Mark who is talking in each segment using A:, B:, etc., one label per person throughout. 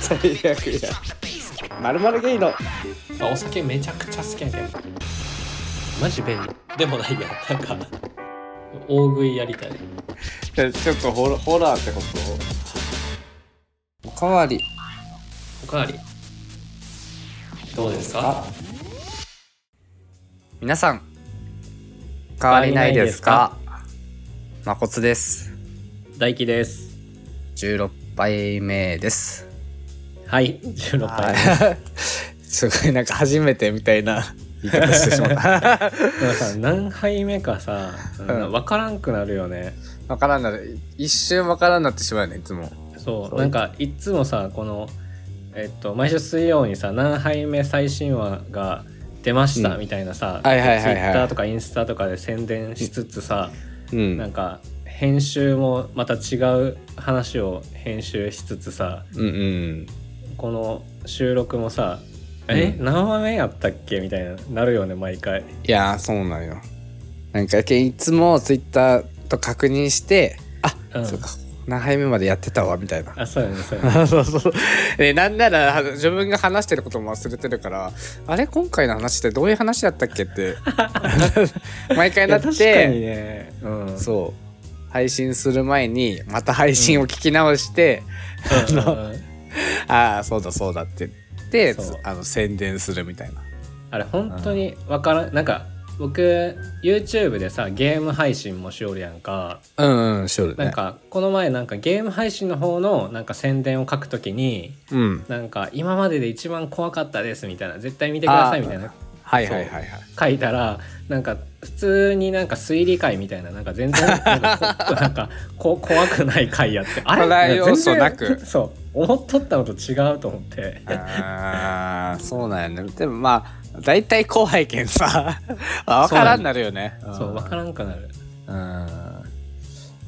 A: 最悪や。まるまるゲイの。
B: あお酒めちゃくちゃ好きやけどマジ便利でもないやなんか大食いやりたい
A: ちょっとホラホラーってことおかわり。
B: おかわりどうですか
A: あ皆さん。変わりないですかまこつです。
B: 大輝です
A: 16杯目です。
B: はい16杯
A: すごいなんか初めてみたいな言い方してしまった。
B: でもさ何杯目かさ
A: ん
B: 分からんくなるよね
A: わからんなる。一瞬わからんなってしまうね、いつも。
B: そ
A: そ
B: う
A: う
B: なんかいっつもさこのえっと毎週水曜にさ何杯目最新話が出ました
A: うん
B: みたいなさ、
A: はいはいはいはい
B: Twitter とかインスタとかで宣伝しつつさ、
A: うん
B: なんか編集もまた違う話を編集しつつさ
A: うんうん。
B: この収録もさ「
A: うん
B: え何話目やったっけ?」みたいななるよね毎回
A: いやーそうなんよなんかけんいつもツイッターと確認してあ、
B: うん
A: そうか何杯目までやってたわみた いな
B: あそうやねそうやね
A: そうそうでなんならあの自分が話してることも忘れてるからあれ今回の話ってどういう話だったっけって 毎回
B: い
A: な
B: や
A: って
B: 確かにねうん
A: そう配信する前にまた配信を聞き直して、
B: うんうんうん
A: ああそうだそうだって言って
B: そう
A: あの宣伝するみたいな
B: あれ本当にわからんなんか僕 YouTube でさゲーム配信もしおるやんか
A: うんうんしょるね
B: なんかこの前なんかゲーム配信の方のなんか宣伝を書くときに
A: うん
B: なんか今までで一番怖かったですみたいな絶対見てくださいみたいな
A: はいはいはいはい
B: 書いたらなんか普通になんか推理会みたいななんか 全然なんかこなんかこ怖くない会やってあれ
A: ホラー要素なく
B: 全然そう思っとったのと違うと思って
A: あーそうなんやねでもまあ大体怖いけん さあ分からんなるよね
B: そう分からんくなる
A: うん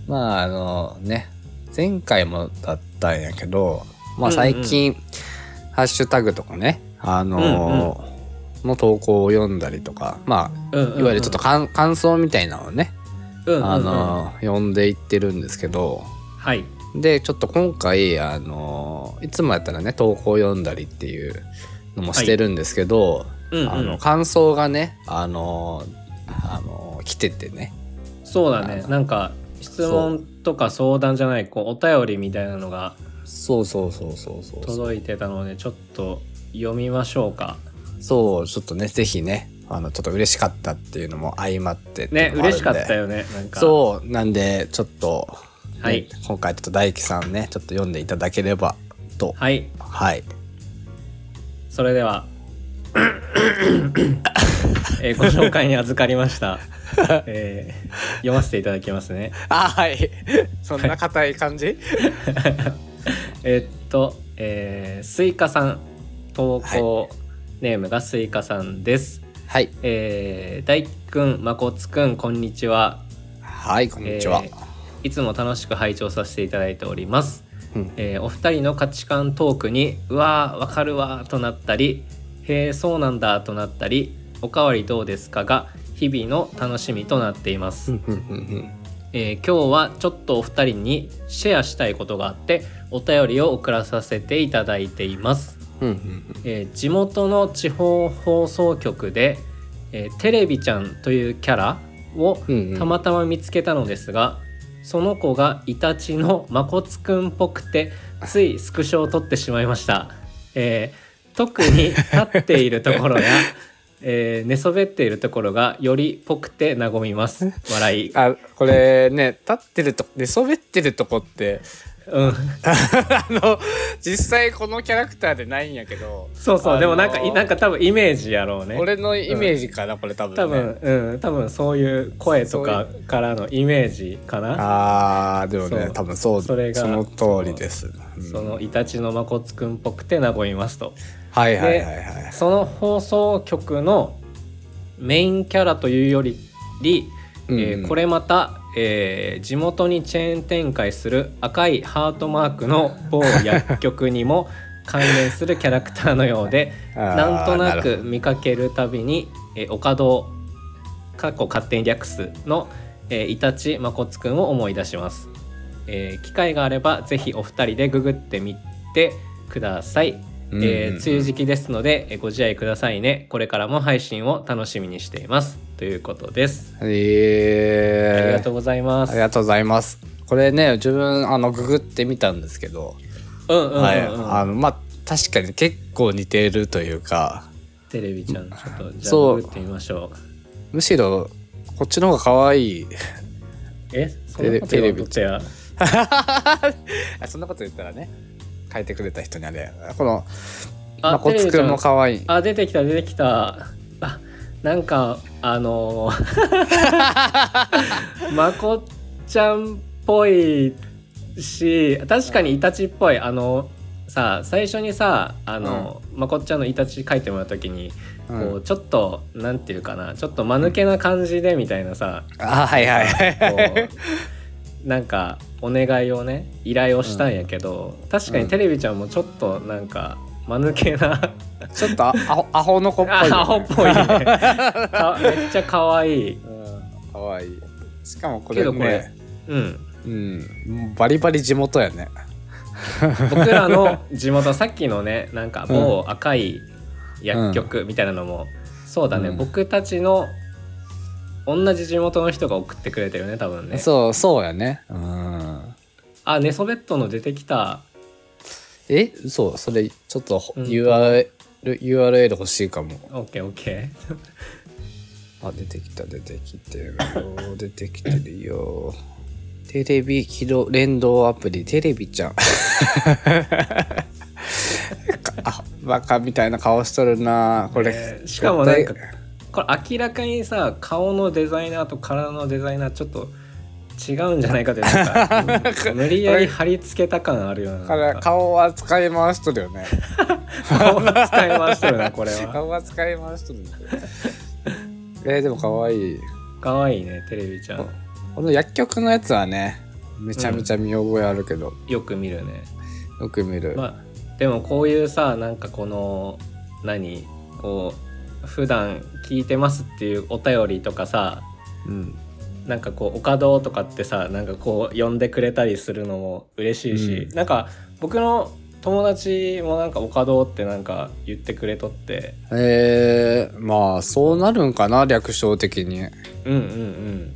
A: まああのね前回もだったんやけど、まあ、
B: うんうん
A: 最近、ハッシュタグとかねあのーの投稿を読んだりとかま
B: うんうん
A: あ
B: うん
A: いわゆるちょっと感感想みたいなのをね、
B: うんうんうん
A: あのー読んでいってるんですけど
B: はい
A: でちょっと今回あのいつもやったらね投稿読んだりっていうのもしてるんですけど、
B: うんうん
A: あの感想がねあのあの来ててね
B: そうだね
A: あの
B: なんか質問とか相談じゃないこうお便りみたいなのが
A: そうそうそうそうそうそう
B: 届いてたのでちょっと読みましょうか
A: ちょっとねぜひねあのちょっと嬉しかったっていうのも相まってってい
B: ね
A: うのもあるん
B: 嬉
A: で
B: しかったよねなんか
A: そうなんでちょっと、ね
B: はい
A: 今回ちょっと大樹さんねちょっと読んでいただければと
B: はい
A: はい
B: それではえーご紹介に預かりました、えー読ませていただきますね
A: あはい そんな硬い感じ
B: えーっと、えースイカさん投稿ネームがスイカさんです、
A: はい
B: えー大輝くんまこつくんこんにちは
A: はいこんにちは、
B: えーいつも楽しく拝聴させていただいております、
A: うん
B: えーお二人の価値観トークに「うわーわかるわ」となったり「へえそうなんだ」となったり「おかわりどうですか?」が日々の楽しみとなっています、えー今日はちょっとお二人にシェアしたいことがあってお便りを送らさせていただいていますえー地元の地方放送局で、えーテレビちゃんというキャラを
A: うんうん
B: たまたま見つけたのですが、その子がイタチのまこつくんっぽくてついスクショを撮ってしまいました、えー特に立っているところや、 えー寝そべっているところがよりぽくて和みます笑い、
A: あこれね立ってると寝そべってるとこって
B: うん、
A: あの実際このキャラクターでないんやけど
B: そうそ
A: あ
B: う、
A: のー
B: でもなんかいなんか多分イメージやろうね
A: 俺のイメージかな、これ多分、ね、
B: 多分、うん、多分そういう声とか
A: そ
B: からのイメージかな。
A: あーでもね
B: そう
A: 多分そう
B: それが
A: の通りです、うん
B: そのイタチのまこつくんっぽくて和みますと。
A: はいはいはいはい
B: その放送局のメインキャラというより、
A: うん
B: えーこれまた、えー地元にチェーン展開する赤いハートマークの某薬局にも関連するキャラクターのようで
A: あー
B: なんと
A: な
B: な
A: る
B: く見かけるたびに「えー、おかどう」かっこ勝手に略すの、えー、イタチまこつくんを思い出します。えー機会があればぜひお二人でググってみてください、え
A: うん
B: ー梅雨時期ですのでえーご自愛くださいねこれからも配信を楽しみにしていますということですあり
A: え
B: がと
A: ー
B: うございま
A: あ
B: す
A: りがとうございます。これね自分あのググってみたんですけど、
B: うんうんうん、うん
A: はい、あのまあ確かに結構似てるというか
B: テレビちゃんちょっとじゃ
A: そ
B: あ
A: う
B: ググってみましょう
A: むしろこっちの方が可愛い
B: えそんなこと
A: テレビ
B: 言わんとってや
A: あそんなこと言ったらね書いてくれた人にあれこのまこつ
B: テレビち
A: く
B: ゃ
A: ん
B: ん
A: も可愛い
B: あ出てきた出てきたあなんかあのー まこちゃんっぽいし確かにイタチっぽいあのさ最初にさあの、まこっちゃんのイタチ書いてもらう時
A: う
B: に、
A: ん
B: こうちょっとなんていうかなちょっと間抜けな感じでみたいなさ、
A: あはい はいはい
B: こうなんかお願いをね依頼をしたんやけど、確かにテレビちゃんもちょっとなんか間抜けな
A: ちょっとアホアホの子っぽいよね、
B: アホっぽいねかめっちゃ可愛い
A: うん可愛いしかもこ
B: け
A: れ
B: どこ
A: ね
B: れうん
A: うんバリバリ地元やね
B: 僕らの地元さっきのねなんか某赤い薬局みたいなのも、そうだね、
A: うん
B: 僕たちの同じ地元の人が送ってくれてるね多分ね
A: そうそうやねうん
B: あ寝そべっとの出てきた
A: えそうそれちょっとほ
B: うん
A: URL, URL 欲しいかも
B: OKOK
A: あ出てきた出てきてる よ出てきてるよテレビ起動連動アプリテレビちゃん かあバカみたいな顔しとるなこれ、
B: ねえしかもなんか
A: 絶対
B: これ明らかにさ顔のデザイナーと体のデザイナーちょっと違うんじゃないかというな んか無理やり貼り付けた感あるような
A: から顔は使い回しとるよ ね
B: 顔を使い回してるなこれは
A: 顔は使い回しとるねえーでも可愛い
B: 可愛いねテレビちゃん
A: この薬局のやつはねめちゃめちゃ見覚えあるけど、
B: よく見るね
A: よく見る、
B: まあでもこういうさなんかこの何こう普段聞いてますっていうお便りとかさ
A: うん、
B: なんかこう「おかどう」とかってさなんかこう呼んでくれたりするのも嬉しいし、
A: う
B: なんか僕の友達もなんか「おかどう」ってなんか言ってくれとって
A: えー、まあそうなるんかな略称的に
B: うんうんうん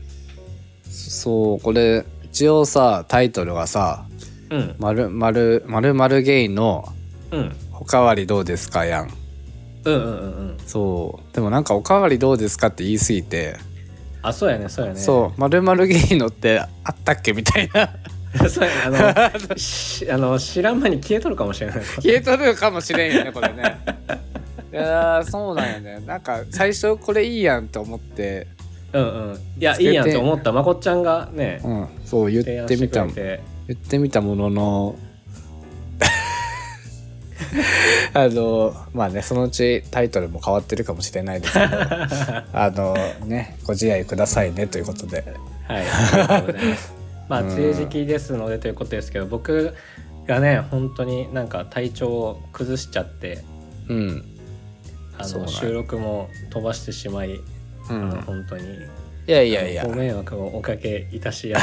A: そうこれ一応さタイトルがさ
B: うん
A: 「まるまるまるまるゲイの
B: うん
A: おかわりどうですか?」やん
B: うんうんうんうん
A: そうでもなんか「おかわりどうですか?」って言い過ぎて、
B: あそうやねそうやね
A: そう「まるまるゲイのってあったっけ?」みたいな
B: そうやねあのしあの知らん間に消えとるかもしれない
A: 消えとるかもしれんよねこれねいやーそうなんよねなんか最初これいいやんと思って
B: うんうんいやいいやんと思ったまこっちゃんがね
A: うん、そう言
B: 提
A: っ
B: 案
A: て
B: して
A: み
B: く
A: た
B: れて
A: 言ってみたものの あのまあねそのうちタイトルも変わってるかもしれないですけ どあのねご自愛くださいねということで
B: はい、ありがとうございます。まあ、
A: うん
B: 梅雨時期ですのでということですけど、僕がね、本当になんか体調を崩しちゃって、
A: うん、
B: あ
A: そう
B: の
A: なんや
B: 収録も飛ばしてしまい、
A: う
B: あの
A: ん、
B: 本当に
A: いやいやいや
B: ご迷惑をおかけいたしや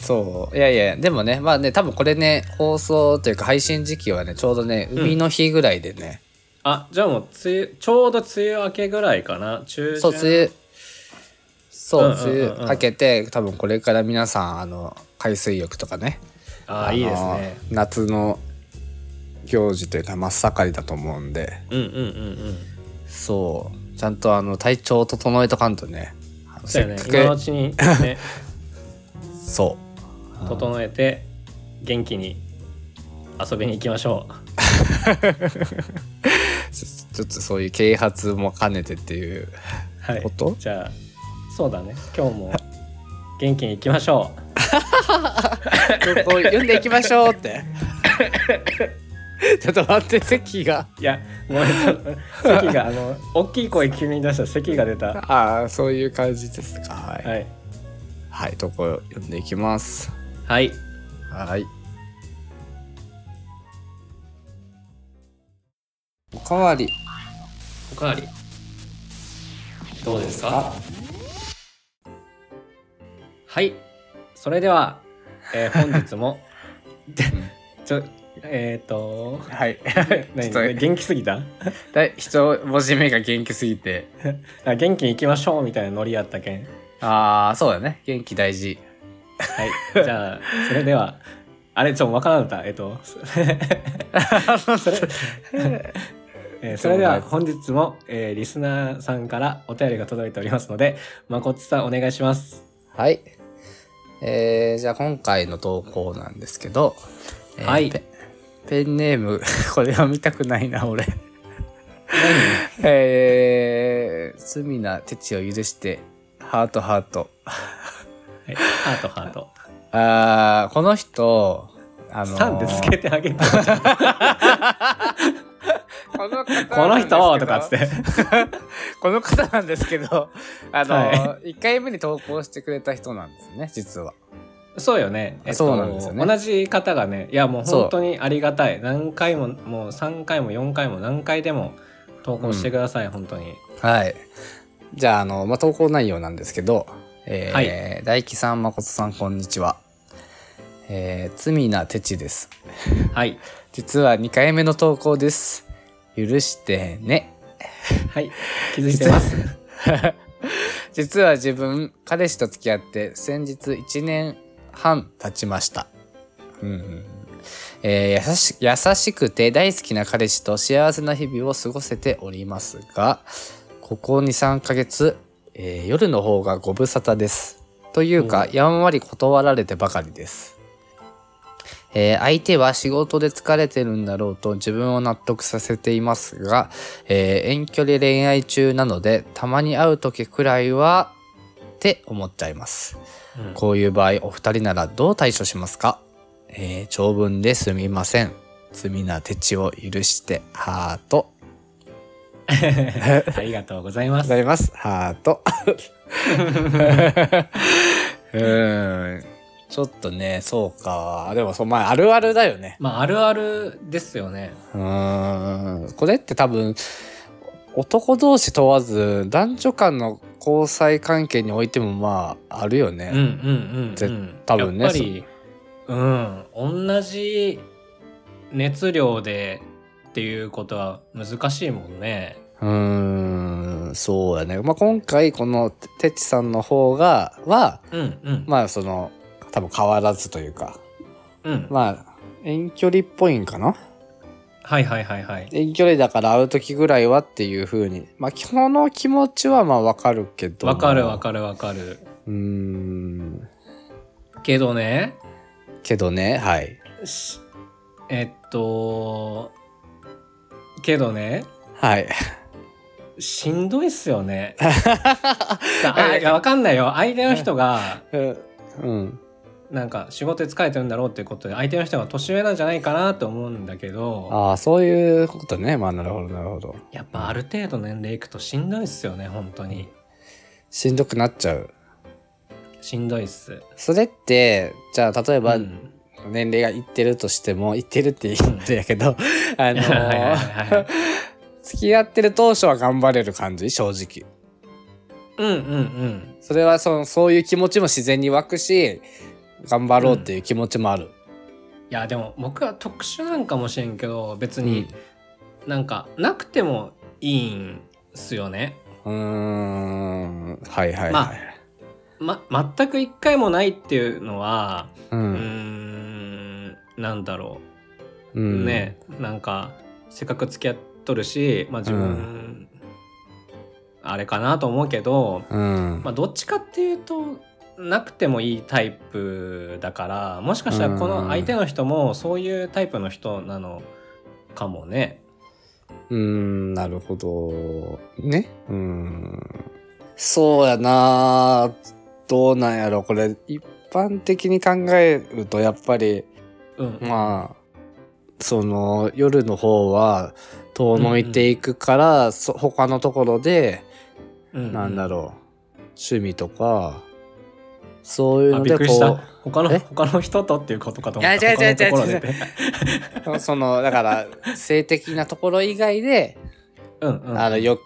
A: そういやいやでもねまあね多分これね放送というか配信時期はねちょうどね海の日ぐらいでね、
B: あ、じゃあもう梅雨ちょうど梅雨明けぐらいかな、中旬。
A: そう梅雨そう
B: うんうんうん
A: 梅
B: うん
A: 雨明けて多分これから皆さんあの海水浴とかね
B: あ
A: あの
B: いいですね。
A: 夏の行事というか真っ盛りだと思うんで
B: うんうんうんうん。
A: そうちゃんとあの体調を整えとかんとねあの
B: そうやね、今のうちにね、
A: そう
B: 整えて元気に遊びに行きましょう。
A: うんちょちょっとそういう啓発も兼ねてっていう
B: はい、
A: こと
B: じゃあそうだね今日も元気にいきましょう
A: こう読んでいきましょうって ちょっと待って席が
B: いやもうちょっと咳 があの大きい声急に出した咳が出たは
A: ああそういう感じですかはい、はい
B: い
A: とこ読んでいきます
B: はい
A: はいおかわり
B: おかわりどうですかはいそれではえ ー本日もちょえっ、と
A: はい。
B: 何
A: ちょっと
B: 元気すぎた
A: だ一文字目が元気すぎて。
B: あ元気に行きましょうみたいなノリやったけん
A: ああ、そうだね。元気大事。
B: はいじゃあそれではあれちょっとわからなかったえっ、とそ それえーそれでは本日も、えーリスナーさんからお便りが届いておりますのでまこっちさんお願いします
A: はい。えー、じゃあ今回の投稿なんですけど、えー
B: はい
A: ペペンネーム これは見たくないな俺えー、罪な父を許してハートハート
B: はい、ハートハート
A: あーこの人あのー
B: さんでつけてあげ た
A: この
B: この人とかっつって
A: この方なんですけどあのー、
B: は
A: 1回目に投稿してくれた人なんですね実は
B: そうよね、
A: あ そうなんですよね
B: 同じ方がねいやもう
A: そう
B: 本当にありがたい何回ももう3回も4回も何回でも投稿してください、本当に
A: はい。じゃあ、あの、まあ、投稿内容なんですけど、えー
B: は
A: 大輝さん、誠さん、こんにちは。えー罪な手地です。
B: はい
A: 実は2回目の投稿です。許してね。
B: はい気づいてます
A: 実は自分、彼氏と付き合って、先日1年半経ちました。うんうんえー優し優しくて大好きな彼氏と幸せな日々を過ごせておりますがここ23ヶ月、えー夜の方がご無沙汰ですというか、
B: う
A: やんわり断られてばかりです、えー相手は仕事で疲れてるんだろうと自分を納得させていますが、えー遠距離恋愛中なのでたまに会う時くらいはって思っちゃいます
B: うん
A: こういう場合、お二人ならどう対処しますかえー長文ですみません。罪な手地を許して、ハート。
B: ありがとうございます
A: ございます。ハート。うーん。ちょっとね、そうか。でも、そう、まあ、あるあるだよね。
B: まああるあるですよね
A: うーん。これって多分、男同士問わず、男女間の交際関係においても、まあ、あるよね。
B: うんうんうん、う
A: ぜ
B: ん、
A: 多分ね
B: やっぱりうん同じ熱量でっていうことは難しいもんね
A: うーん、そうだね。まあ、今回、この、てちさんの方が、は、
B: うんうん
A: まあ、その、多分変わらずというか、
B: うん、
A: まあ、遠距離っぽいんかな
B: はいはいはいはい
A: 遠距離だから会う時ぐらいはっていう風に、まあ、この気持ちはまあわかるけど。
B: わかるわ
A: る。
B: かるわかる
A: うーん、
B: けどね
A: けどね、はい。
B: しえっとけどね
A: はい。
B: しんどいっすよ ね
A: は
B: あ
A: い
B: いやわかんないよ相手の人が
A: うん。
B: なんか仕事で疲れてるんだろうっていうことで相手の人が年上なんじゃないかなと思うんだけど
A: ああ、そういうことね。まあ、なるほど、なるほど。
B: やっぱある程度年齢いくとしんどいっすよね本当に
A: しんどくなっちゃう。
B: しんどいっす、
A: それって、じゃあ、例えば、
B: うん
A: 年齢がいってるとしてもいってるって言ってやけ ど、あの
B: はいはいはいはい
A: 付き合ってる当初は頑張れる感じ正直
B: うんうんうん
A: それはそのそういう気持ちも自然に湧くし頑張ろうっていう気持ちもある、
B: いやでも僕は特殊なんかもしれんけど別
A: う
B: になんかなくてもいいんすよね
A: うーんはいはいはい、
B: まま全く一回もないっていうのは
A: う
B: うー
A: ん
B: んなんだろ
A: う
B: うんねなんかせっかく付き合っとるしまあ自分、
A: う
B: あれかなと思うけど、
A: うん、
B: まあ、どっちかっていうとなくてもいいタイプだからもしかしたらこの相手の人もそういうタイプの人なのかもね。
A: うーんなるほどねうーんそうやなどうなんやろこれ一般的に考えるとやっぱり
B: うん、
A: まあその夜の方は遠のいていくから、そ他のところで、
B: うん
A: なんだろう趣味とかそういう
B: あ
A: の
B: びっ
A: で
B: くりした
A: こ
B: 他の
A: え
B: 他の人とっていうことかと思った
A: いや違う違う
B: 他のとこ
A: 違
B: ろ
A: う違う
B: でね
A: う そのだから性的なところ以外で、
B: うんうん
A: あのよ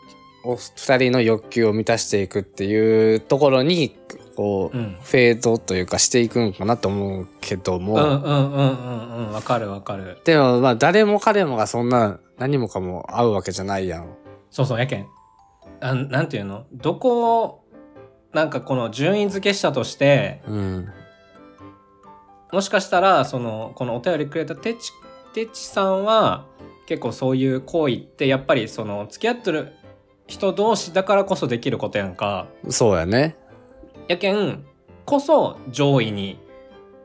A: お二人の欲求を満たしていくっていうところにこう、
B: うん
A: フェードというかしていくんかなと思うけども、
B: うんうんうんうんうんわかるわかる
A: でもまあ誰も彼もがそんな何もかも合うわけじゃないやん。
B: そうそうやけんあなんていうのどこをなんかこの順位付けしたとして
A: うん。
B: もしかしたらそのこのお便りくれたてちてちさんは結構そういう行為ってやっぱりその付き合ってる人同士だからこそできることやんか
A: そうやね。
B: やけんこそ上位に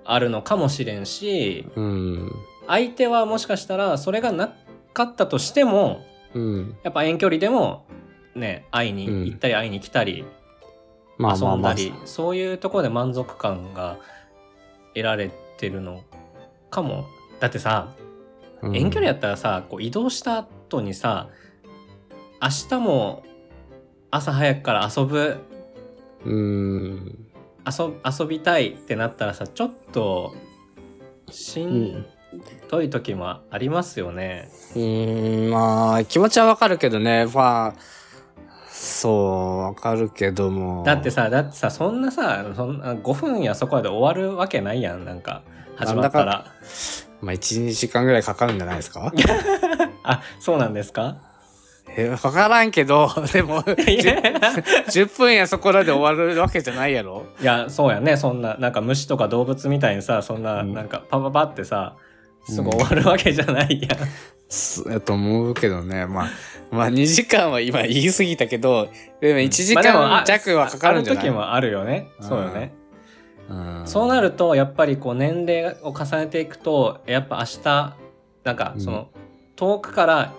B: あるのかもしれんし
A: うん。
B: 相手はもしかしたらそれがなかったとしても
A: うん。
B: やっぱ遠距離でもね会いに行ったり会いに来たり、
A: まあま
B: 遊
A: あ
B: ん
A: ま
B: だ
A: あ。
B: り、そういうところで満足感が得られてるのかもだってさ
A: うん
B: 遠距離やったらさこう移動した後にさ明日も朝早くから遊ぶ
A: うん。
B: 遊遊びたいってなったらさちょっとしんどい時もありますよね。
A: うーん、まあ、気持ちはわかるけどね。まあ、そう、わかるけども。
B: だって、さだってさそんなさそんな5分やそこらで終わるわけないやんなんか始まった
A: な
B: ら。
A: まあ、1、2時間ぐらいかかるんじゃないですか
B: あそうなんですか
A: え、わからんけど、 でも、
B: いや
A: 10, 10分やそこらで終わるわけじゃないやろ
B: いやそうやねそんななんか虫とか動物みたいにさそんな、
A: うん
B: なんかパパパってさすぐ
A: うん
B: 終わるわけじゃないやん、
A: すやと思うけどね。まあ、まあ、2時間は今言い過ぎたけど、でも1時
B: まあ
A: 間
B: でもあ
A: 弱はかかるんじゃない、
B: ある時もあるよねそうよね、
A: うん
B: そうなるとやっぱりこう年齢を重ねていくとやっぱ明日なんかその、遠くから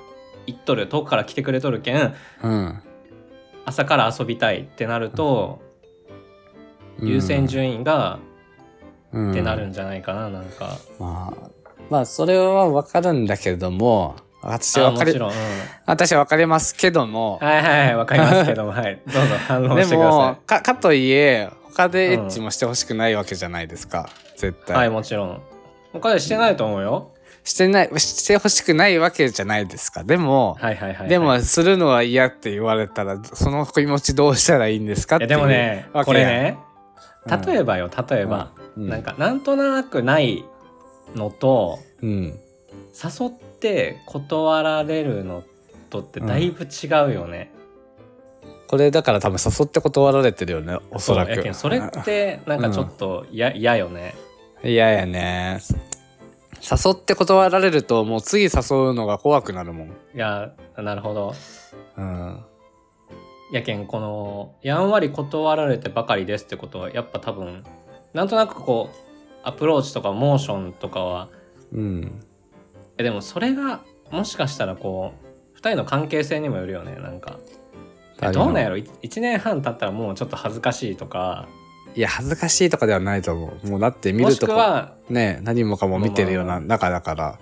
B: 行っとる遠くから来てくれとるけん
A: うん。
B: 朝から遊びたいってなると、
A: うん
B: 優先順位がってなる
A: うん
B: んじゃないかな、なんか
A: まあ、まあ、それはわかるんだけども、私は
B: あ
A: わ
B: も
A: かり
B: ち、ろん、うん
A: 私はわかりますけども、
B: はいはいはいわかりますけどもはいどうぞ反応
A: で
B: してくださ
A: もかかといえ他でエッチもしてほしくないわけじゃないですか、絶
B: い
A: 対、
B: はいもちろん他でしてないと思うよ、
A: してないしてほしくないわけじゃないですかでも、
B: はいはいはいはい。
A: で
B: い
A: もするのは嫌って言われたらその気持ちどうしたらいいんですかってい
B: や
A: う
B: でもね、
A: わけ
B: これね、
A: うん
B: 例えばよ、例えば、
A: うん
B: なんか、なんとなくないのと、
A: うん
B: 誘って断られるのとってだいぶ違うよね。
A: これだから多分誘って断られてるよねおそら
B: うやけ
A: く
B: んそれって、なんかちょっと嫌、嫌よね。
A: 嫌やね誘って断られるともう次誘うのが怖くなるもん、
B: いや、なるほど。
A: うん、
B: やけん、この、やんわり断られてばかりですってことは、やっぱ多分、なんとなくこう、アプローチとかモーションとかは、
A: うん
B: えでもそれがもしかしたらこう2人の関係性にもよるよねなんかえ
A: あ
B: どうなんやろ1年半経ったらもうちょっと恥ずかしいとか
A: いや恥ずかしいとかではないと思うもうだって見
B: も
A: る
B: し
A: と
B: く
A: こ
B: は
A: ね何もかも見てるよう
B: まあ
A: な中だから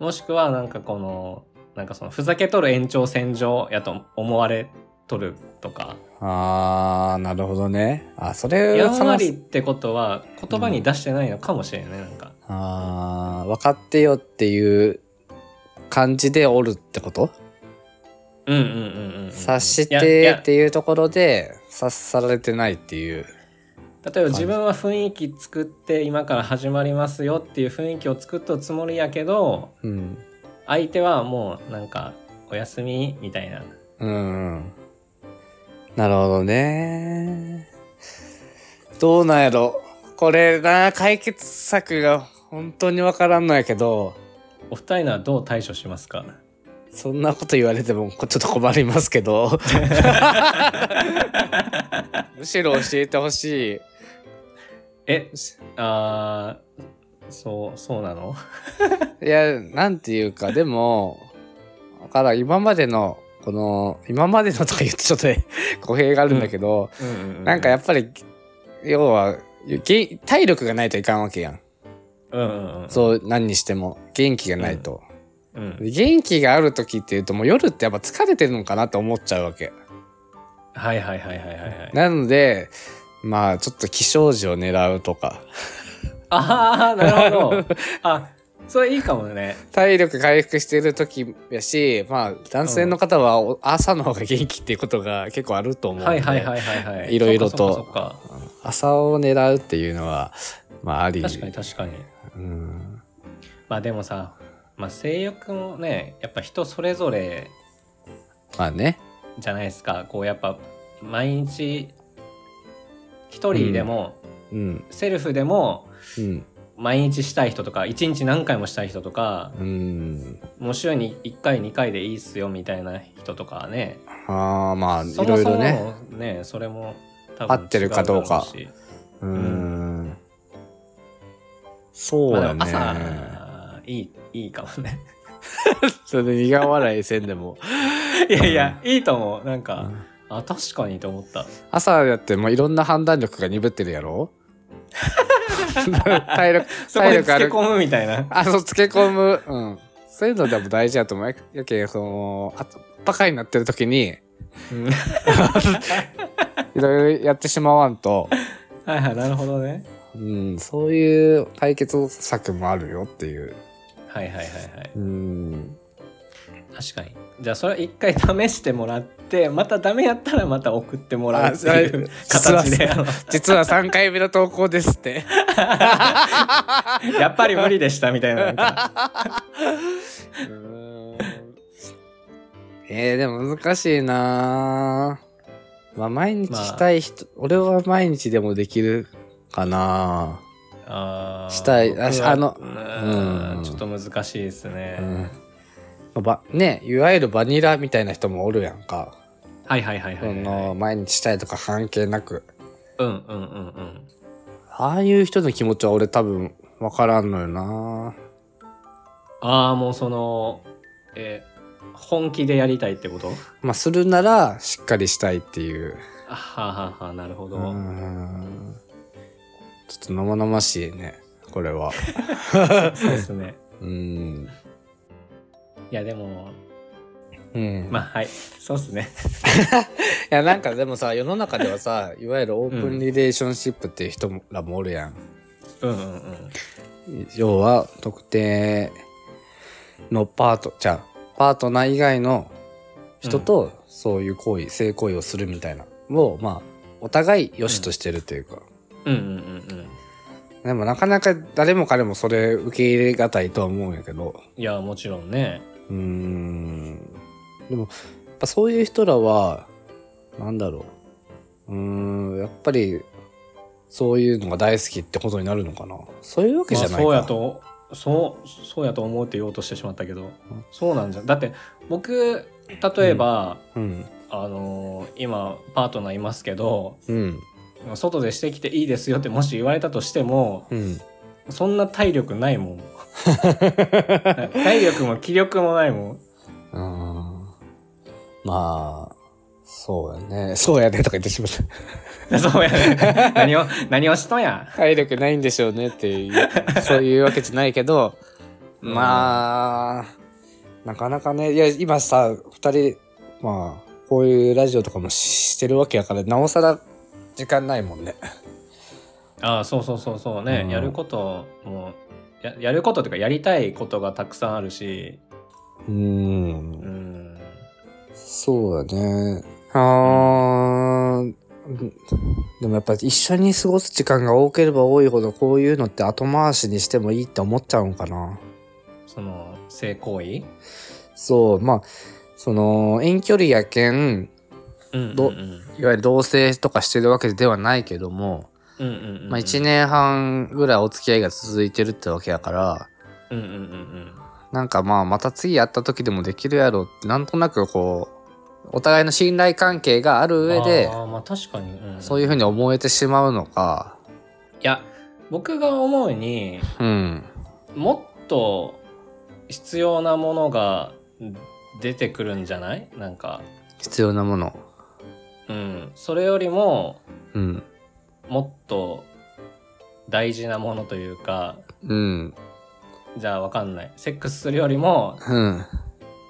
B: もしくはなんかこのなんかそのふざけとる延長線上やと思われとるとか
A: あーなるほどねあそれ
B: や
A: は
B: んわりってことは言葉に出してないのかもしれないねなんか
A: あー分かってよっていう感じでおるってこと
B: うんうんうんうんうん
A: 察し
B: いやい
A: て
B: や
A: っていうところで察されてないっていう
B: 例えば自分は雰囲気作って今から始まりますよっていう雰囲気を作っとるつもりやけど
A: うん
B: 相手はもうなんか「おやすみ」みたいな
A: うんうんなるほどねどうなんやろこれな解決策が本当に分からんのやけど
B: お二人ならどう対処しますか
A: そんなこと言われてもこちょっと困りますけ どむしろ教えてほし
B: え
A: いし
B: あーそうそうなの
A: いやなんていうかでもだからん今までのこの今までのとか言ってちょっとね語弊があるんだけど、
B: うんうん、
A: なんかやっぱり要はげ体力がないといかんわけやん
B: うんうんうん
A: そう何にしても元気がないと、
B: うん
A: で元気がある時っていうともう夜ってやっぱ疲れてるのかなと思っちゃうわけ
B: はいはいはいはいはいはい
A: なのでまあちょっと起床時を狙うとか
B: ああなるほどあそれいいかもね
A: 体力回復してる時やしまあ男性の方はお朝の方が元気っていうことが結構あると思うの
B: は
A: で
B: いはいはいはいはい
A: いろいろと
B: そっかそっかそっか
A: 朝を狙うっていうのは、まあ、あり。
B: 確かに確かに
A: うん。
B: まあでもさ、まあ、性欲もねやっぱ人それぞれ
A: まあね。
B: じゃないですかこうやっぱ毎日一人でも、
A: うん。
B: セルフでも
A: うん。
B: 毎日したい人とか一日何回もしたい人とか
A: うん。
B: もう週に1回2回でいいっすよみたいな人とかはね
A: ああ、まあ、い
B: そも
A: ろい
B: そ
A: ろ
B: も
A: ね。
B: ねそれも多
A: 合ってるかどうか
B: 違だろうし
A: うん。そう
B: まあ
A: だ
B: で
A: ね。
B: も朝いいいいかもね
A: それで苦笑いせんでも。
B: いやいやいいと思うなんか、
A: うん
B: あ確かにと思った
A: 朝やってもいろんな判断力が鈍ってるや ろ体力、
B: そこ
A: 体力
B: で
A: あ
B: 漬け
A: る。
B: 込むみたいな
A: あ、そう、つけ込む。うん。そういうのでも大事だと思う。やけん、その、あと、バカになってる時に、
B: うん
A: いろいろやってしまわんと、
B: はいはいなるほどね
A: うん、そういう解決策もあるよっていう。
B: はいはいはいはい
A: うん。
B: 確かにじゃあそれ一回試してもらってまたダメやったらまた送ってもらうってい
A: あそうれ
B: 形であの
A: 実は3回目の投稿ですって。
B: やっぱり無理でしたみたいななんか
A: えー、でも難しいなぁまあ毎日したい人、俺は毎日でもできるかな
B: あー
A: したいあ
B: 僕は
A: あの
B: うん
A: うん
B: ちょっと難しいですね、
A: ぁうん。ばね、いわゆるバニラみたいな人もおるやんか。
B: はいはいはいはい、
A: そ
B: はい、
A: の毎日したいとか関係なく。
B: うんうんうんうん
A: ああいう人の気持ちは俺多分わからんのよな
B: ああもうそのえー本気でやりたいってこと
A: まあするならしっかりしたいっていう。
B: あはあはあはあなるほど、
A: うん。ちょっと生々しいね、これ は。
B: そうですね
A: うん。
B: いやでも
A: うん
B: まあはいそうですね
A: いやなんかでもさ世の中では さいわゆるオープンリレーションシップっていう人もらもおるやん、
B: うんうんうん
A: 要は特定のパートじゃあパートナー以外の人とそういう行為、性行為をするみたいなをまあお互い良しとしてるというか、
B: うんうんうんうん
A: でもなかなか誰も彼もそれ受け入れがたいとは思うんやけど
B: いやもちろんね
A: うーんでもやっぱそういう人らはなんだろううーんやっぱりそういうのが大好きってことになるのかなそういうわけじゃないか、
B: まあ、そうやとそうそうやと思うって言おうとしてしまったけど、そうなんじゃだって僕例えば、
A: うん
B: あのー今パートナーいますけど
A: うん
B: 外でしてきていいですよってもし言われたとしても
A: うん
B: そんな体力ない もん体力も気力もないもん
A: うーんまあそうやねそうやねとか言ってしまった
B: そうやね何を何をしとんや
A: 体力ないんでしょうねっていうそういうわけじゃないけどまあなかなかねいや今さ2人まあこういうラジオとかもしてるわけやからなおさら時間ないもんね
B: ああそうそうそうそうね、
A: うん
B: やることもややることというかやりたいことがたくさんあるし
A: う
B: うんん
A: そうだねあーでもやっぱ一緒に過ごす時間が多ければ多いほどこういうのって後回しにしてもいいって思っちゃうんかな
B: その性行為
A: そうまあその遠距離やけん
B: うんうん
A: ど
B: うん
A: いわゆる同棲とかしてるわけではないけども、
B: うんうんうん
A: まあ、1年半ぐらいお付き合いが続いてるってわけやから
B: うんうんうんうん
A: なんかまあまた次会った時でもできるやろうってなんとなくこうお互いの信頼関係がある上で
B: あーまあ確かに、うん
A: そういうふうに思えてしまうのか
B: いや僕が思うに
A: うん
B: もっと必要なものが出てくるんじゃないなんか、
A: 必要なもの
B: うん、それよりも
A: うん
B: もっと大事なものというか
A: うん
B: じゃあわかんないセックスするよりも
A: うん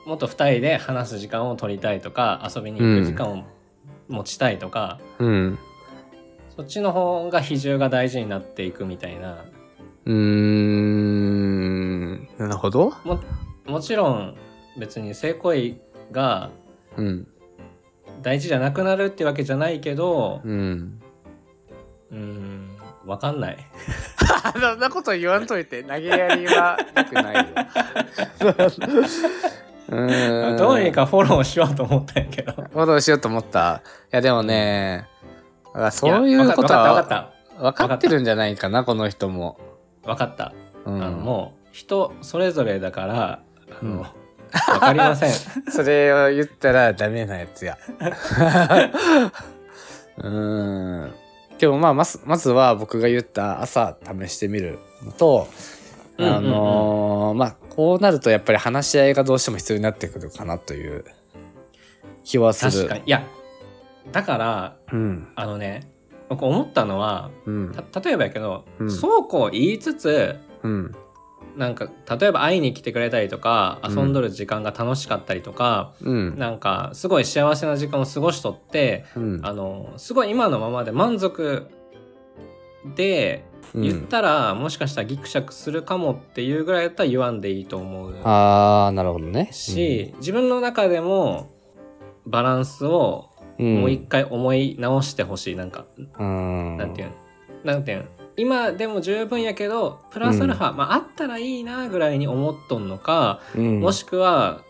B: もっと2人で話す時間を取りたいとか遊びに行く時間を持ちたいとか、
A: うん
B: そっちの方が比重が大事になっていくみたいな
A: うーんなるほど
B: ももちろん別に性行為が
A: うん
B: 大事じゃなくなるってわけじゃないけど、
A: うん
B: ううーんわかんない
A: そんなこと言わんといて投げやりは良く ないようーん
B: どうにかフォローしようと思ったんやけど
A: フォローしようと思ったいやでもねあ そうい
B: やわ
A: う
B: か
A: こと
B: わかっ
A: は
B: た
A: 分かってるんじゃないかなこの人も、
B: わかったわかった
A: うん、
B: あのもう人それぞれだからあ
A: うん
B: の、わかり ません
A: それを言ったらダメなやつや。うーん。でもまあまずまずは僕が言った朝試してみるのと、
B: うんうんうん
A: あのーまあこうなるとやっぱり話し合いがどうしても必要になってくるかなという気はする。
B: 確かにいやだから
A: うん
B: あのね僕思ったのは
A: うん
B: た例えばやけど、
A: うん
B: そうこう言いつつ
A: うん
B: なんか例えば会いに来てくれたりとか
A: うん
B: 遊んどる時間が楽しかったりとか、
A: うん
B: なんかすごい幸せな時間を過ごしとって
A: うん
B: あのすごい今のままで満足で
A: うん
B: 言ったら、もしかしたらギクシャクするかもっていうぐらいだったら言わんでいいと思う
A: ああなるほどね。
B: し、自分の中でもバランスを
A: うん、
B: もう一回思い直してほしいなんか
A: うん、
B: なんていうのなんていうの今でも十分やけどプラスアルファ、まああったらいいなぐらいに思っとんのか、
A: うん
B: もしくは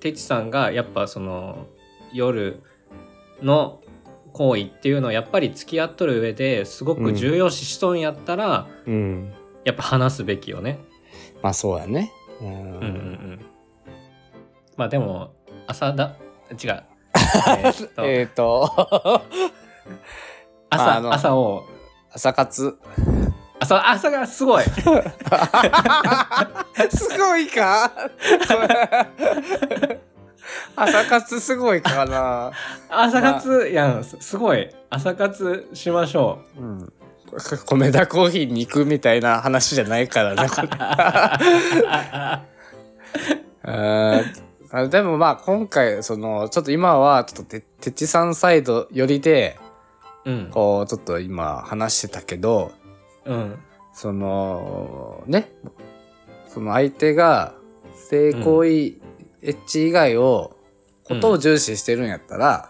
B: てちさんがやっぱその夜の行為っていうのをやっぱり付き合っとる上ですごく重要視しとんやったら、
A: うん、
B: やっぱ話すべきよね。
A: まあそうやね。う
B: うんうんうんん、まあでも朝だ 違うえーっと
A: えっ、と
B: 朝
A: あの
B: 朝を
A: 朝活。
B: 朝朝がすごい
A: すごいか 朝活すごいかな、
B: 朝活やんすすごい朝活しましょう。
A: うん、米田コーヒーに行くみたいな話じゃないからねこれ あーあでもまあ今回そのちょっと今はちょっとててちさんサイド寄りで
B: うん、
A: こうちょっと今話してたけど
B: うん、
A: そのねその相手が性行為エッチ以外を、ことを重視してるんやったら、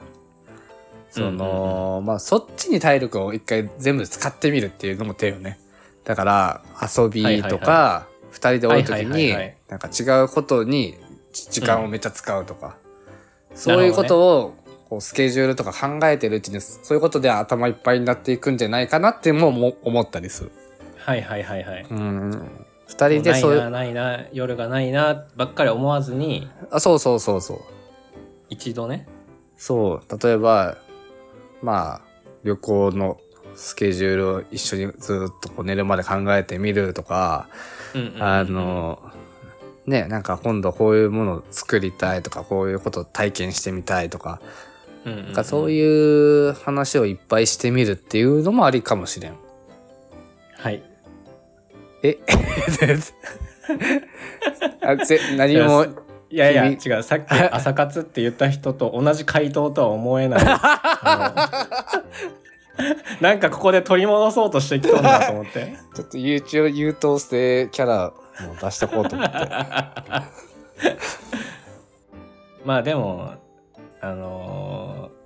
A: その、まあそっちに体力を一回全部使ってみるっていうのも手よねだから遊びとか二、人で多い時
B: はいはい
A: に
B: はいはい
A: なんか違うことにじ時間をめっちゃ使うとか、そういうことをこうスケジュールとか考えてるうちにそういうことで頭いっぱいになっていくんじゃないかなってもも思ったりする。
B: はいはいはいはい。
A: うん二人で
B: ない
A: そうい
B: な
A: う
B: ないな夜がないなばっかり思わずに
A: あそうそうそうそう
B: 一度ね
A: そう例えばまあ旅行のスケジュールを一緒にずっとこう寝るまで考えてみるとか、
B: うんうんうん
A: あのねなんか今度こういうものを作りたいとかこういうことを体験してみたいとか,、
B: うんうんうん
A: なんかそういう話をいっぱいしてみるっていうのもありかもしれん。
B: はい
A: えあぜ何も
B: いやいや
A: 君
B: 違うさっき朝活って言った人と同じ回答とは思えないあのなんかここで取り戻そうとしてきたんだと思って
A: ちょっと優秀優等生キャラも出してこうと思って。
B: まあでもあのー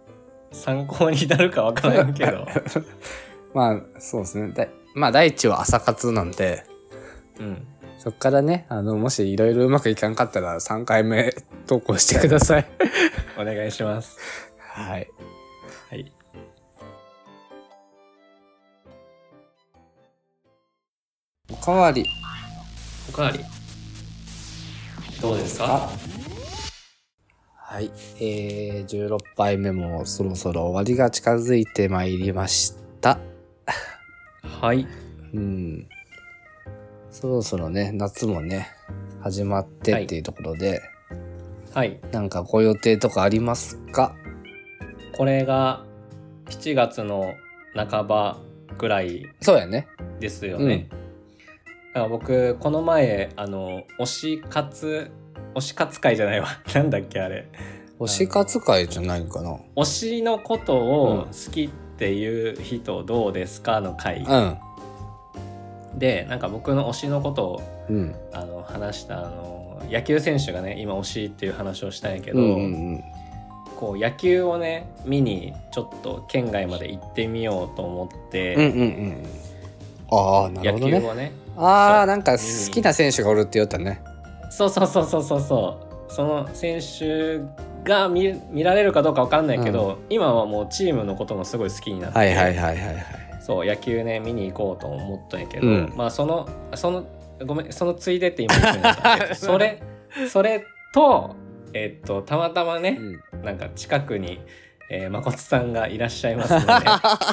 B: 参考になるかわからんけど、
A: まあそうですねだまあ第一は朝活なんで
B: うん、
A: そっからねあのもしいろいろうまくいかんかったら3回目投稿してください
B: お願いします
A: はい
B: はい
A: おかわり
B: おかわりどうですか
A: はいえー、16杯目もそろそろ終わりが近づいてまいりました
B: はい
A: うんそろそろね夏もね始まってっていうところで、
B: はい
A: なんかご予定とかありますか
B: これが7月の半ばぐらい
A: そうやね
B: ですよね。だから僕この前あの推し活推し活会じゃないわ なんだっけあれ
A: 推し活会じゃないんかな
B: 推しのこと
A: う
B: を
A: ん
B: 好きっていう人どうですかの会でなんか僕の推しのことを
A: うんうん
B: あの話したあの野球選手がね今推しっていう話をしたんやけど、
A: うんうん
B: こう野球をね見にちょっと県外まで行ってみようと思って、
A: うんうんうんああなるほ
B: 野
A: ど
B: 球
A: ね
B: をね
A: あ
B: そ
A: あ
B: う
A: なんか好きな選手がおるって言ったね
B: そうそうそうそうそうそうその選手が見見られるかどうかわかんないけど、今はもうチームのこともすごい好きになって、
A: はいはいはいはいはい
B: そう野球ね見に行こうと思ったんやけど、
A: うん
B: まあそのそのごめんそのついでって今言ってましたけど それそれとえっとたまたまね、なんか近くに、えー、誠さんがいらっしゃいますので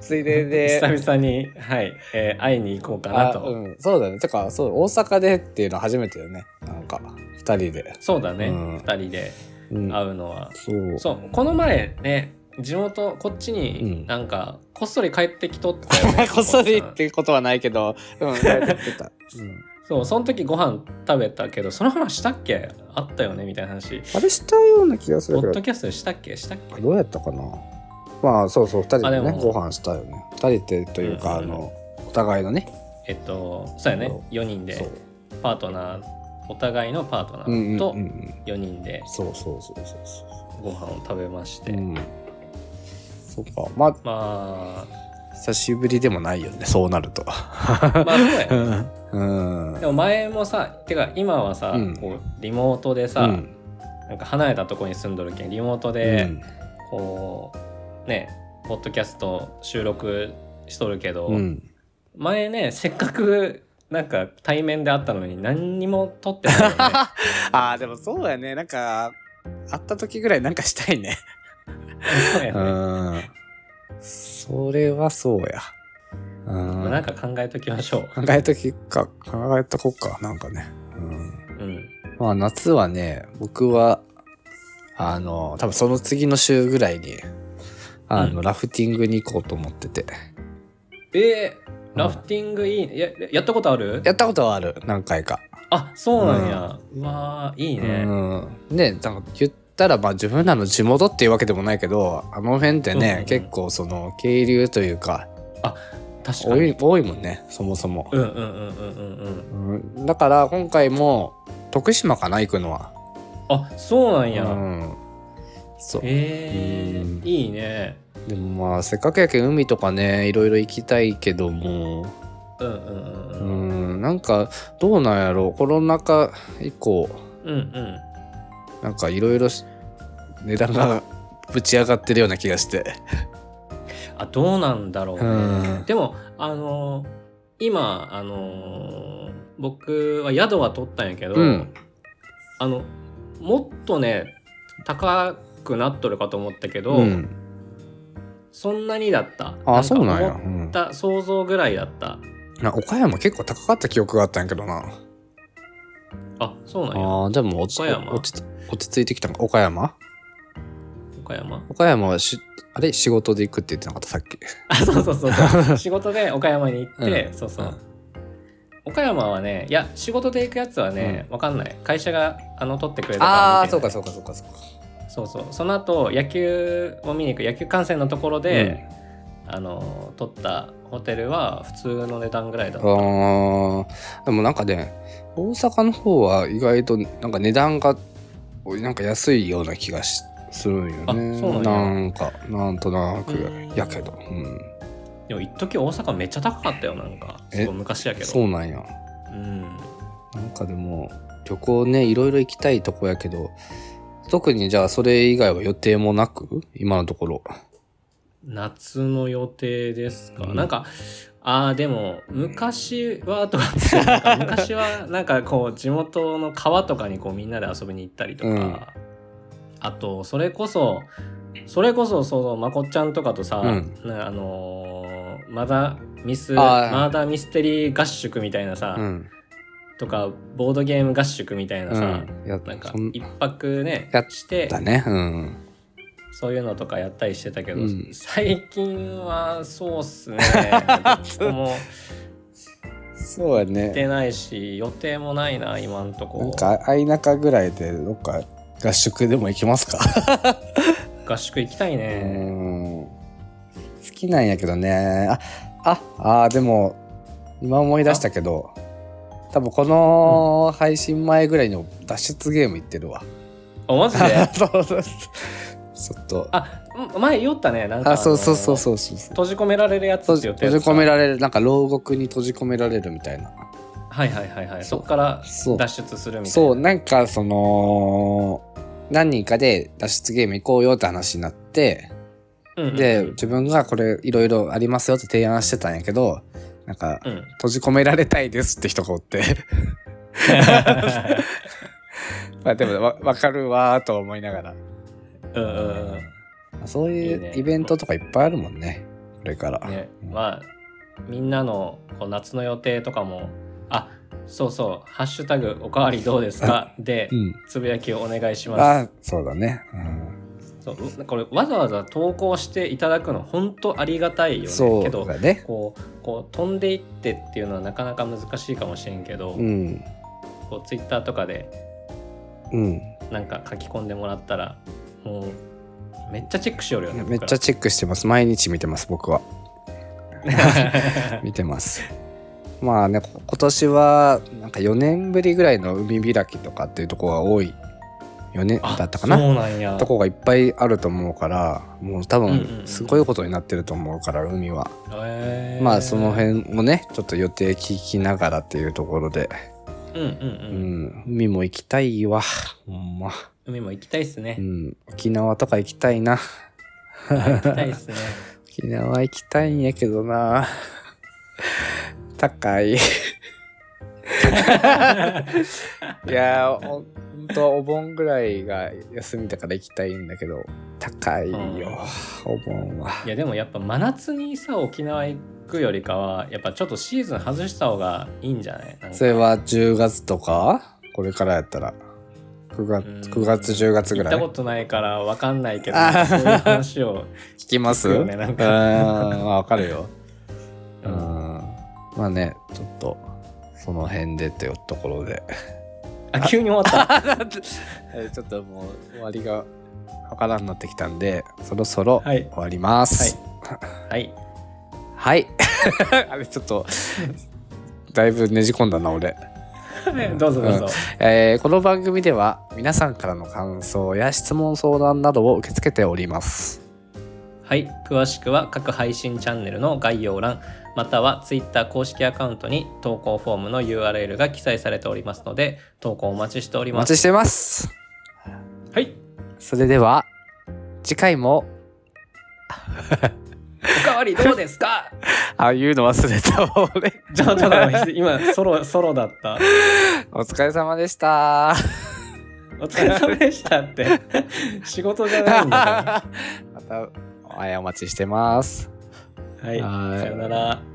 A: ついでで
B: 久々に、はいえー会いに行こうかな
A: あ
B: と、
A: うん、そうだねてかそう大阪でっていうのは初めてだよねなんか2人で、
B: そうだね、
A: うん
B: 2人で
A: うん、
B: 会うのは、
A: そう
B: そうこの前ね地元こっち
A: うん
B: になんかこっそり帰ってきとったよ ね
A: こっそりっていうことはないけどうん帰って た、うん、
B: そうその時ご飯食べたけどその話したっけあったよねみたいな話
A: あれしたような気がする
B: ポ
A: け
B: ッ
A: ど
B: ドキャストでしたっけしたっけ
A: どうやったかなまあそうそう2人で
B: あで
A: ね
B: も
A: ご飯したよね2人ってというか、
B: うん
A: あのお互いのね
B: えっとそうやね
A: そ
B: 4人
A: そ
B: で
A: う
B: パートナーお互いのパートナ
A: うんうん
B: ーと
A: うんうん
B: 4人で
A: そうそうそうそうそ
B: ご飯を食べまして、
A: ううんそっかまあ
B: まあ
A: 久しぶりでもないよねそうなる と
B: まあそうや
A: う
B: ね
A: んうん
B: でも前もさてか今はさ、
A: うん
B: こうリモートでさ、
A: うん
B: なんか離れたとこに住んどるけんリモートで、こうねポッドキャスト収録しとるけど、
A: うんうん
B: 前ねせっかくなんか対面で会ったのに何にも撮ってな いよね
A: ああでもそうやねなんか会った時ぐらいなんかしたいね
B: そうや
A: う
B: ね
A: んそれはそうやう
B: まあ
A: ん
B: なんか考えときましょう、
A: 考えときか考えとこうかなんかね、うん、
B: うん、
A: まあ夏はね僕はあの多分その次の週ぐらいにあの、
B: うん
A: ラフティングに行こうと思ってて
B: えー、ラフティングいいねややったことある
A: やったことはある何回か、
B: あそうなんや、うわーいいね、
A: うんでなんか言ったらまあ自分らの地元っていうわけでもないけどあの辺ってね、
B: うん
A: 結構その渓流というか
B: 確か
A: 多い
B: に
A: 多いもんねそもそも、
B: うんうんうんうんうんうん
A: うん、だから今回も徳島かな行くのは
B: あそうなんや、
A: うんそう
B: えー
A: うん
B: いいね
A: でもまあせっかくやけん海とかねいろいろ行きたいけども
B: うんうんうん
A: う
B: うん
A: んなんかどうなんやろうコロナ禍以降
B: うんうん
A: なんかいろいろ値段がぶち上がってるような気がして
B: あどうなんだろうね、
A: うん
B: でもあの今あの僕は宿は取ったんやけど、
A: うん
B: あのもっとね高くなっとるかと思ったけど、
A: うん
B: そんなにだった
A: あそうなんや
B: 思っ
A: うん
B: た想像ぐらいだった
A: な岡山結構高かった記憶があったんやけどな
B: あそうなんや
A: あーでも落ち
B: 岡山
A: 落ち落ち着いてきたんか岡山
B: 岡山
A: 岡山はしあれ仕事で行くって言ってなかったさっき
B: あそうそうそ うそう仕事で岡山に行って、
A: うん
B: そうそう、
A: うん
B: 岡山はねいや仕事で行くやつはね、わかんない会社があの取ってくれたから
A: あ
B: 見
A: あ
B: て
A: そう
B: ない
A: かそうかそうかそうか
B: そうそうその後野球を見に行く野球観戦のところで、あの取ったホテルは普通の値段ぐらいだった
A: あーでもなんかね大阪の方は意外となんか値段がなんか安いような気がしするんよね
B: あそうなんや
A: んかなんとなく
B: うん
A: やけど、うん、
B: でも一時大阪めっちゃ高かったよなんか
A: え
B: すごい昔やけど
A: そうなんや
B: うん
A: なんかでも旅行ねいろいろ行きたいとこやけど特にじゃあそれ以外は予定もなく今のところ
B: 夏の予定ですか、
A: うん
B: なんかあーでも昔はとかってな んか昔はなんかこう地元の川とかにこうみんなで遊びに行ったりとか、
A: うん
B: あとそれこそそれこそそうまこっちゃんとかとさ、
A: うん
B: なあのーまだミス
A: あー
B: マーダーミステリー合宿みたいなさ、
A: うん、
B: とかボードゲーム合宿みたいな
A: う
B: さ、
A: ん、やっ
B: なんか
A: そん
B: 一泊ね
A: やっ
B: して
A: だねうん
B: そういうのとかやったりしてたけど、
A: うん
B: 最近はそうっ すねどこも行
A: そうやね
B: ってないし予定もないな今んとこ
A: なんか相中ぐらいでどっか合宿でも行きますか
B: 合宿行きたいね、
A: うん好きなんやけどねあああーでも今思い出したけど多分この配信前ぐらいにも脱出ゲーム行ってるわ、
B: あマジで
A: そうそうちょっと
B: あうん前酔ったねなんか
A: あそうそうそう
B: う
A: そうそうそう
B: 閉じ込められるやつ
A: 閉
B: って
A: じ
B: 言った
A: 閉
B: や
A: じ
B: つ
A: 込められるなんか牢獄に閉じ込められるみたいな
B: はいはいはいはいそこから
A: そう
B: 脱出するみたいな
A: そうなんかその何人かで脱出ゲーム行こうよって話になって
B: うんうん
A: で 自分がこれいろいろありますよって提案してたんやけどなんか
B: うん
A: 閉じ込められたいですって人がおって まあでもわ分かるわーと思いながら
B: うんうん
A: そうい
B: いいね
A: うイベントとかいっぱいあるもんねこれから、
B: うんねまあみんなのこう夏の予定とかもあそうそう「ハッシュタグおかわりどうです か?」で
A: うん
B: つぶやきをお願いします
A: あそうだね、うん
B: そううこれわざわざ投稿していただくの本当ありがたいよね
A: そ
B: け
A: う
B: ど
A: だね
B: こうこう飛んでいってっていうのはなかなか難しいかもしれんけど、
A: うん
B: こうツイッターとかで
A: うん
B: なんか書き込んでもらったらもうめっちゃチェックしよるよね
A: めっちゃチェックしてます毎日見てます僕は見て ますまあねこ今年はなんか4年ぶりぐらいの海開きとかっていうとこが多い4年 だったかな
B: そうなんや
A: とこがいっぱいあると思うからもう多
B: うんうんう
A: 分
B: ん
A: すごいことになってると思うから海は、
B: へー
A: まあその辺もねちょっと予定聞きながらっていうところで、
B: うんう
A: う
B: んうん、
A: ん、海も行きたいわほんま、
B: 海も行きたいっすね、
A: うん、沖縄とか行きたいな
B: 行きたいっすね
A: 沖縄行きたいんやけどな 高 いいやーほんほんとはお盆ぐらいが休みだから行きたいんだけど高いよ、お盆はい
B: やでもやっぱ真夏にさ沖縄行くよりかはやっぱちょっとシーズン外した方がいいんじゃないなんか
A: それは10月とかこれからやったら9月
B: うん
A: 9月10月ぐ
B: 行っ
A: ら
B: た
A: い
B: こ
A: 聞
B: とないからわかんないけど
A: あ
B: そういう 話を
A: きます
B: 聞く
A: う
B: よ
A: ん
B: ねなん
A: わかるよう
B: うんん
A: まあねちょっとその辺でっていうところで
B: あ急に終わった
A: えちょっともう終わりがわからんなってきたんでそろそろ
B: は
A: 終
B: い
A: わります
B: はい
A: はい あれちょっとだいぶねじ込んだな俺
B: どうぞどうぞ、
A: えーこの番組では皆さんからの感想や質問相談などを受け付けております
B: はい詳しくは各配信チャンネルの概要欄または Twitter 公式アカウントに投稿フォームの URL が記載されておりますので投稿お待ちしており
A: お
B: ま
A: 待
B: す
A: ちしてます
B: はい
A: それでは次回も
B: おかわりどうで すか
A: あ言うの忘れた俺
B: ちょっと待って今ソロソロだった
A: お疲れ様でした
B: お疲れ様でしたって 仕事じゃないんだか
A: またはいお待ちしてます
B: らはい
A: はい
B: さよなら